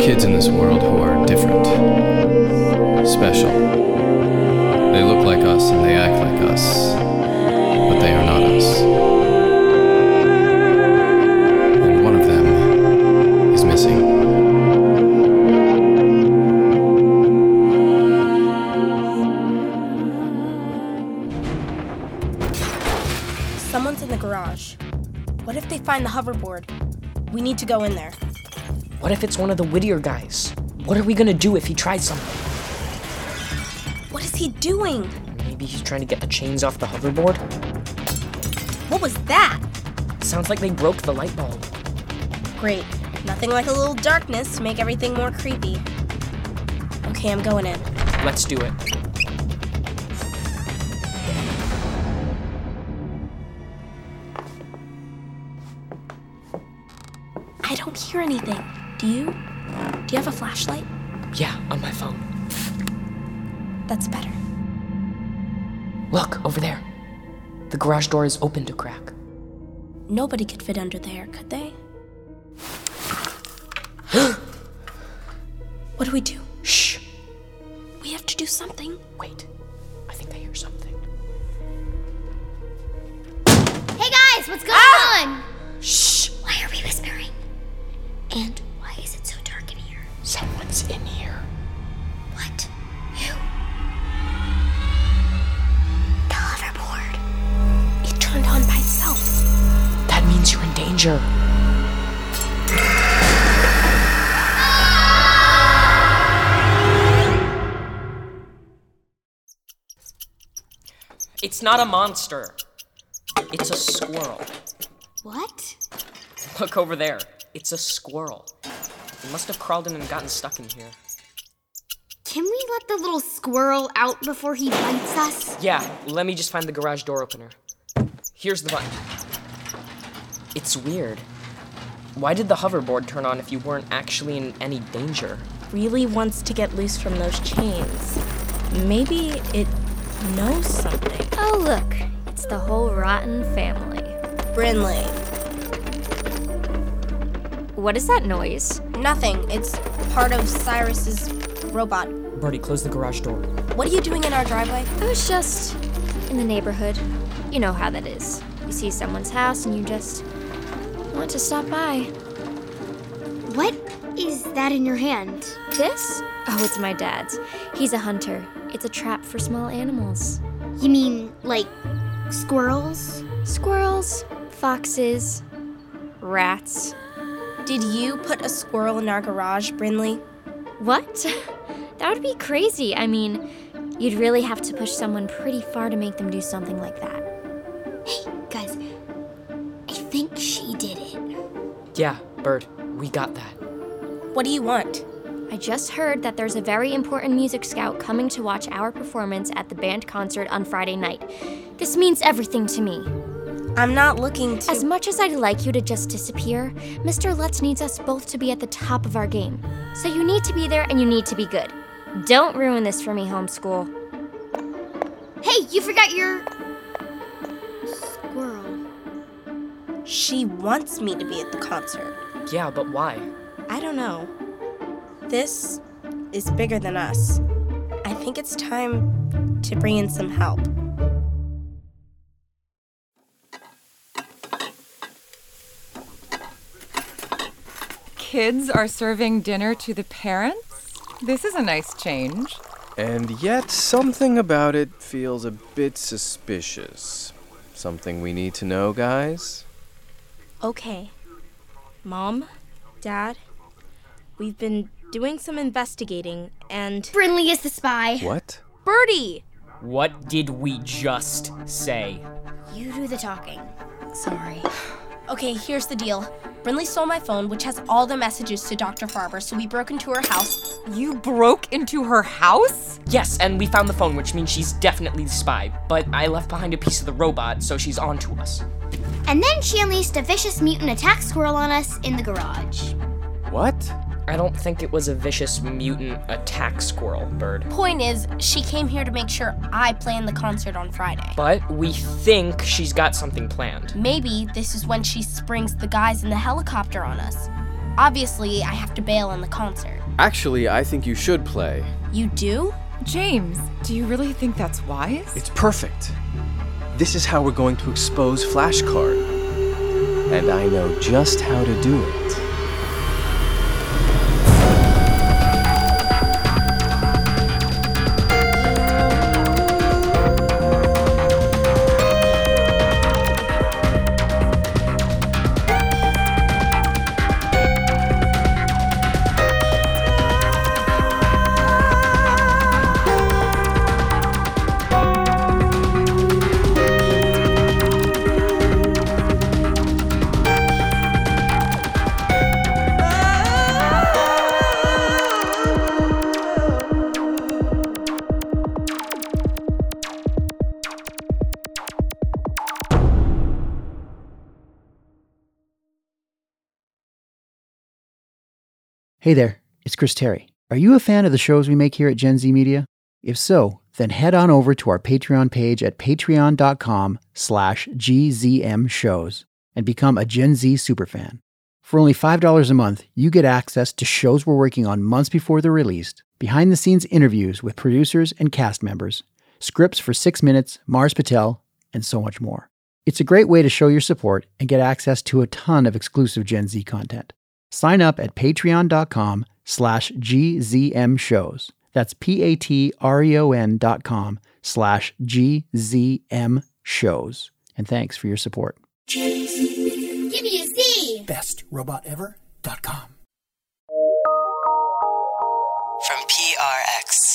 kids in this world who are different, special. They look like us and they act like us, but they are not us. And one of them is missing. Someone's in the garage. What if they find the hoverboard? We need to go in there. What if it's one of the Whittier guys? What are we gonna do if he tries something? What is he doing? Maybe he's trying to get the chains off the hoverboard? What was that? Sounds like they broke the light bulb. Great. Nothing like a little darkness to make everything more creepy. Okay, I'm going in. Let's do it. I don't hear anything. Do you? Do you have a flashlight? Yeah, on my phone. That's better. Look, over there. The garage door is opened a crack. Nobody could fit under there, could they? what do we do? Shh! We have to do something. Wait. I think I hear something. Hey guys, what's going Ah! Shh! on? Why are we whispering? And why is it so dark in here? Someone's in here. What? Who? The hoverboard. It turned on by itself. That means you're in danger. It's not a monster. It's a squirrel. What? Look over there. It's a squirrel. It must have crawled in and gotten stuck in here. Can we let the little squirrel out before he bites us? Yeah, let me just find the garage door opener. Here's the button. It's weird. Why did the hoverboard turn on if you weren't actually in any danger? Really wants to get loose from those chains. Maybe it knows something. Oh, look. It's the whole rotten family. Brinley. What is that noise? Nothing. It's part of Cyrus's robot. Birdie, close the garage door. What are you doing in our driveway? I was just in the neighborhood. You know how that is. You see someone's house and you just want to stop by. What is that in your hand? This? Oh, it's my dad's. He's a hunter. It's a trap for small animals. You mean like squirrels? Squirrels, foxes, rats. Did you put a squirrel in our garage, Brinley? What? that would be crazy. I mean, you'd really have to push someone pretty far to make them do something like that. Guys, I think she did it. Yeah, Bird, we got that. What do you want? I just heard that there's a very important music scout coming to watch our performance at the band concert on Friday night. This means everything to me. I'm not looking to. As much as I'd like you to just disappear, Mr. Lutz needs us both to be at the top of our game. So you need to be there and you need to be good. Don't ruin this for me, homeschool. Hey, you forgot your squirrel. she wants me to be at the concert. Yeah, but why? I don't know. This is bigger than us. I think it's time to bring in some help. Kids are serving dinner to the parents? This is a nice change. And yet, something about it feels a bit suspicious. Something we need to know, guys? Okay. Mom, Dad, we've been doing some investigating and. Brinley is the spy. What? Birdie! What did we just say? You do the talking. Sorry. Okay, here's the deal. Brinley stole my phone, which has all the messages to Dr. Farber, so we broke into her house. You broke into her house? Yes, and we found the phone, which means she's definitely the spy, but I left behind a piece of the robot, so she's on to us. And then she unleashed a vicious mutant attack squirrel on us in the garage. What? I don't think it was a vicious mutant attack squirrel, Bird. Point is, she came here to make sure I play in the concert on Friday. But we think she's got something planned. Maybe this is when she springs the guys in the helicopter on us. Obviously, I have to bail on the concert. Actually, I think you should play. You do? James, do you really think that's wise? It's perfect. This is how we're going to expose Flashcard. And I know just how to do it. Hey there, it's Chris Terry. Are you a fan of the shows we make here at Gen Z Media? If so, then head on over to our Patreon page at patreon.com slash gzm shows and become a Gen Z superfan. For only $5 a month, you get access to shows we're working on months before they're released, behind-the-scenes interviews with producers and cast members, scripts for 6 Minutes, Mars Patel, and so much more. It's a great way to show your support and get access to a ton of exclusive Gen Z content. Sign up at patreon.com slash gzm shows. That's p-a-t-r-e-o-n E dot com slash gzm shows. And thanks for your support. Give me a C! From PRX.